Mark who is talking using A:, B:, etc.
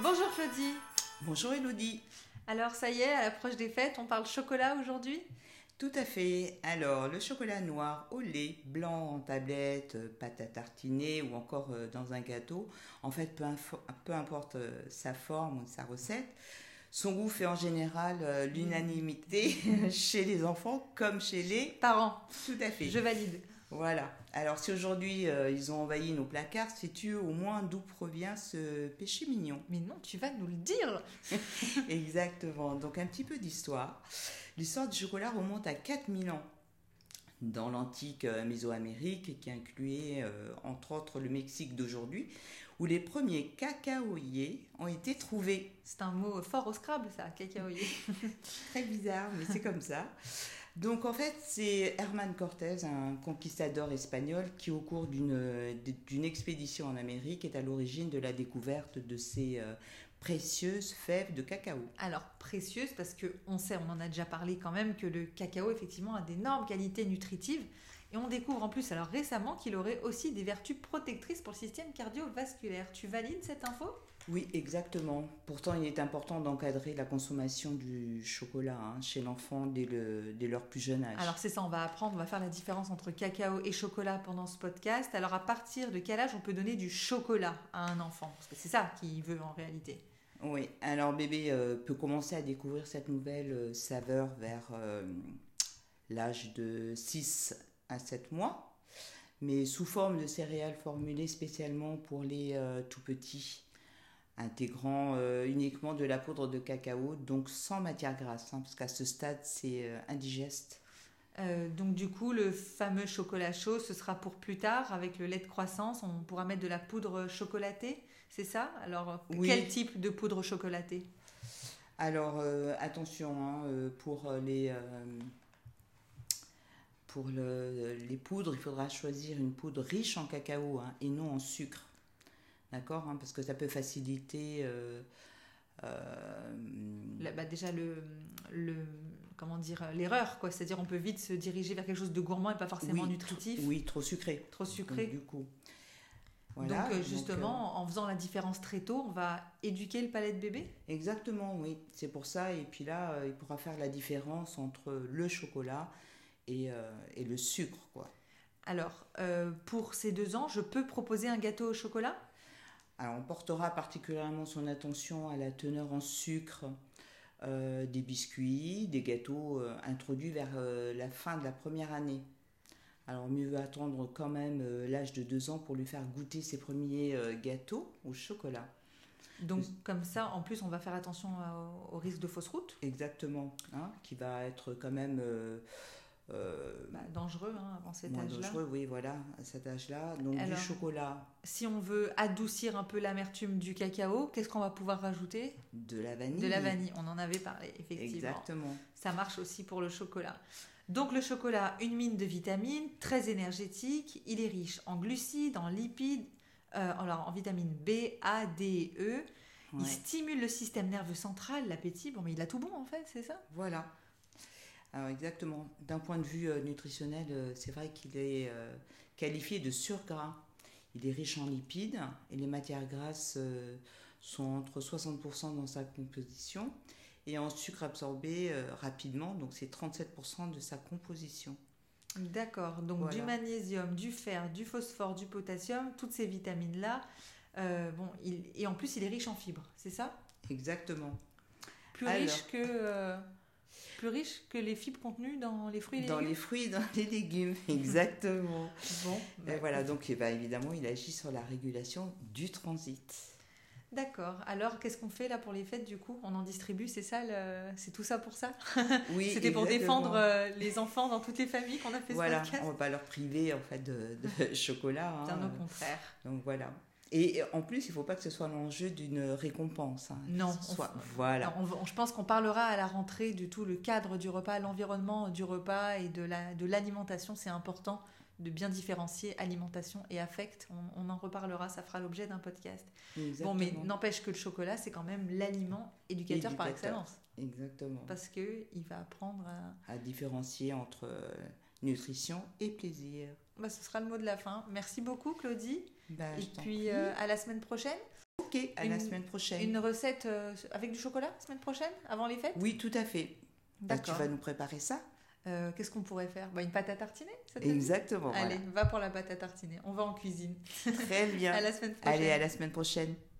A: Bonjour Claudie.
B: Bonjour Elodie.
A: Alors ça y est, à l'approche des fêtes, on parle chocolat aujourd'hui
B: Tout à fait. Alors, le chocolat noir au lait, blanc en tablette, euh, pâte à tartiner ou encore euh, dans un gâteau, en fait, peu, info- peu importe euh, sa forme ou sa recette, son goût fait en général euh, l'unanimité chez les enfants comme chez les...
A: Parents,
B: Tout à fait.
A: je valide.
B: Voilà. Alors, si aujourd'hui euh, ils ont envahi nos placards, sais-tu au moins d'où provient ce péché mignon
A: Mais non, tu vas nous le dire
B: Exactement. Donc un petit peu d'histoire. L'histoire du chocolat remonte à 4000 ans dans l'antique euh, Mésoamérique qui incluait euh, entre autres le Mexique d'aujourd'hui où les premiers cacaoyers ont été trouvés.
A: C'est un mot fort au Scrabble ça, cacaoyer.
B: Très bizarre, mais c'est comme ça. Donc en fait, c'est Herman Cortés, un conquistador espagnol, qui au cours d'une d'une expédition en Amérique est à l'origine de la découverte de ces euh, précieuses fèves de cacao.
A: Alors précieuse parce que on sait, on en a déjà parlé quand même que le cacao effectivement a d'énormes qualités nutritives et on découvre en plus alors récemment qu'il aurait aussi des vertus protectrices pour le système cardiovasculaire. Tu valides cette info
B: Oui, exactement. Pourtant, il est important d'encadrer la consommation du chocolat hein, chez l'enfant dès, le- dès leur plus jeune âge.
A: Alors c'est ça, on va apprendre, on va faire la différence entre cacao et chocolat pendant ce podcast. Alors à partir de quel âge on peut donner du chocolat à un enfant Parce que c'est ça qu'il veut en réalité.
B: Oui, alors bébé euh, peut commencer à découvrir cette nouvelle euh, saveur vers euh, l'âge de 6 à 7 mois, mais sous forme de céréales formulées spécialement pour les euh, tout petits, intégrant euh, uniquement de la poudre de cacao, donc sans matière grasse, hein, parce qu'à ce stade, c'est euh, indigeste.
A: Euh, donc du coup, le fameux chocolat chaud, ce sera pour plus tard avec le lait de croissance. On pourra mettre de la poudre chocolatée, c'est ça Alors
B: Oui.
A: quel type de poudre chocolatée
B: Alors euh, attention hein, euh, pour euh, les euh, pour le- les poudres, il faudra choisir une poudre riche en cacao hein, et non en sucre, d'accord hein, Parce que ça peut faciliter euh, euh,
A: Là, bah, Déjà le, le comment dire l'erreur quoi. C'est-à-dire on peut vite se diriger vers quelque chose de gourmand et pas forcément
B: Oui,
A: nutritif,
B: oui trop sucré.
A: trop sucré.
B: Donc, du coup,
A: donc euh,
B: euh,
A: justement, en faisant la différence très tôt, on va éduquer le palais de bébé.
B: Exactement, oui, c'est pour ça. Et puis là, euh, il pourra faire la différence entre le chocolat et, euh, et le sucre, quoi.
A: Alors, euh, pour ces deux ans, je peux proposer un gâteau au chocolat
B: Alors, on portera particulièrement son attention à la teneur en sucre euh, des biscuits, des gâteaux euh, introduits vers euh, la fin de la première année. Alors, mieux attendre quand même euh, l'âge de 2 ans pour lui faire goûter ses premiers euh, gâteaux au chocolat.
A: Donc, comme ça, en plus, on va faire attention à- au risque de fausse route.
B: Exactement, hein, qui va être quand même euh, euh,
A: Bah, dangereux hein, avant cet
B: moins
A: âge-là.
B: dangereux, oui, voilà, à cet âge-là. Donc,
A: Alors-
B: du chocolat,
A: Si on veut adoucir un peu l'amertume du cacao, qu'est-ce qu'on va pouvoir rajouter
B: de la vanille.
A: De la vanille, on en avait parlé, effectivement.
B: Exactement.
A: Ça marche aussi pour le chocolat. Donc le chocolat, une mine de vitamines, très énergétique. Il est riche en glucides, en lipides, euh, alors en vitamines B, A, D, E.
B: Ouais.
A: Il stimule le système nerveux central, l'appétit. Bon, mais il a tout bon en fait, c'est ça
B: Voilà. Alors exactement. D'un point de vue euh, nutritionnel, euh, c'est vrai qu'il est euh, qualifié de surgras. Il est riche en lipides et les matières grasses euh, sont entre 60% dans sa composition et en sucre absorbé euh, rapidement, donc c'est 37% de sa composition.
A: D'accord. Donc du
B: Voilà.
A: magnésium, du fer, du phosphore, du potassium, toutes ces vitamines-là. Euh, bon, il- et en plus, il est riche en fibres, c'est ça
B: Exactement.
A: Plus
B: Alors.
A: riche que euh, plus riche que les fibres contenues dans les fruits et les
B: Dans les
A: légumes.
B: fruits, et dans les légumes, exactement.
A: Bon,
B: Et
A: bah,
B: voilà, donc eh ben, évidemment, il agit sur la régulation du transit.
A: D'accord. Alors, qu'est-ce qu'on fait là pour les fêtes du coup On en distribue, c'est ça le- C'est tout ça pour ça
B: Oui,
A: C'était pour
B: exactement.
A: défendre euh, les enfants dans toutes les familles qu'on a fait
B: Voilà,
A: ce podcast
B: on va pas leur priver en fait de, de chocolat. hein.
A: Bien au contraire.
B: Donc voilà. Et et en plus, il faut pas que ce soit l'enjeu d'une récompense. hein.
A: Non,
B: Que ce soit-
A: on-
B: Voilà.
A: Alors, on va- on- je pense qu'on parlera à la rentrée de tout le cadre du repas, l'environnement du repas et de la- de l'alimentation. c'est important de bien différencier alimentation et affect. On, on en reparlera, ça fera l'objet d'un podcast. Bon,
B: Exactement.
A: mais n'empêche que le chocolat, c'est quand même l'aliment éducateur par
B: Éducateur.
A: excellence.
B: Exactement.
A: Parce qu'il va euh, apprendre à...
B: À différencier entre euh, nutrition et plaisir.
A: Bah, ce sera le mot de la fin. Merci beaucoup, Claudie.
B: Bah,
A: Et
B: je t'en
A: puis
B: prie.
A: euh, à la semaine prochaine.
B: Ok, à la
A: Une-
B: semaine prochaine.
A: Une recette euh, avec du chocolat semaine prochaine, avant les fêtes
B: Oui, tout à fait. Bah, tu
A: D'accord.
B: vas nous préparer ça
A: Euh, Qu'est-ce qu'on pourrait faire Bah, Une pâte à tartiner ça te dit
B: Exactement. voilà.
A: Allez, va pour la pâte à tartiner. On va en cuisine.
B: Très bien.
A: À la semaine prochaine.
B: Allez, à la semaine prochaine.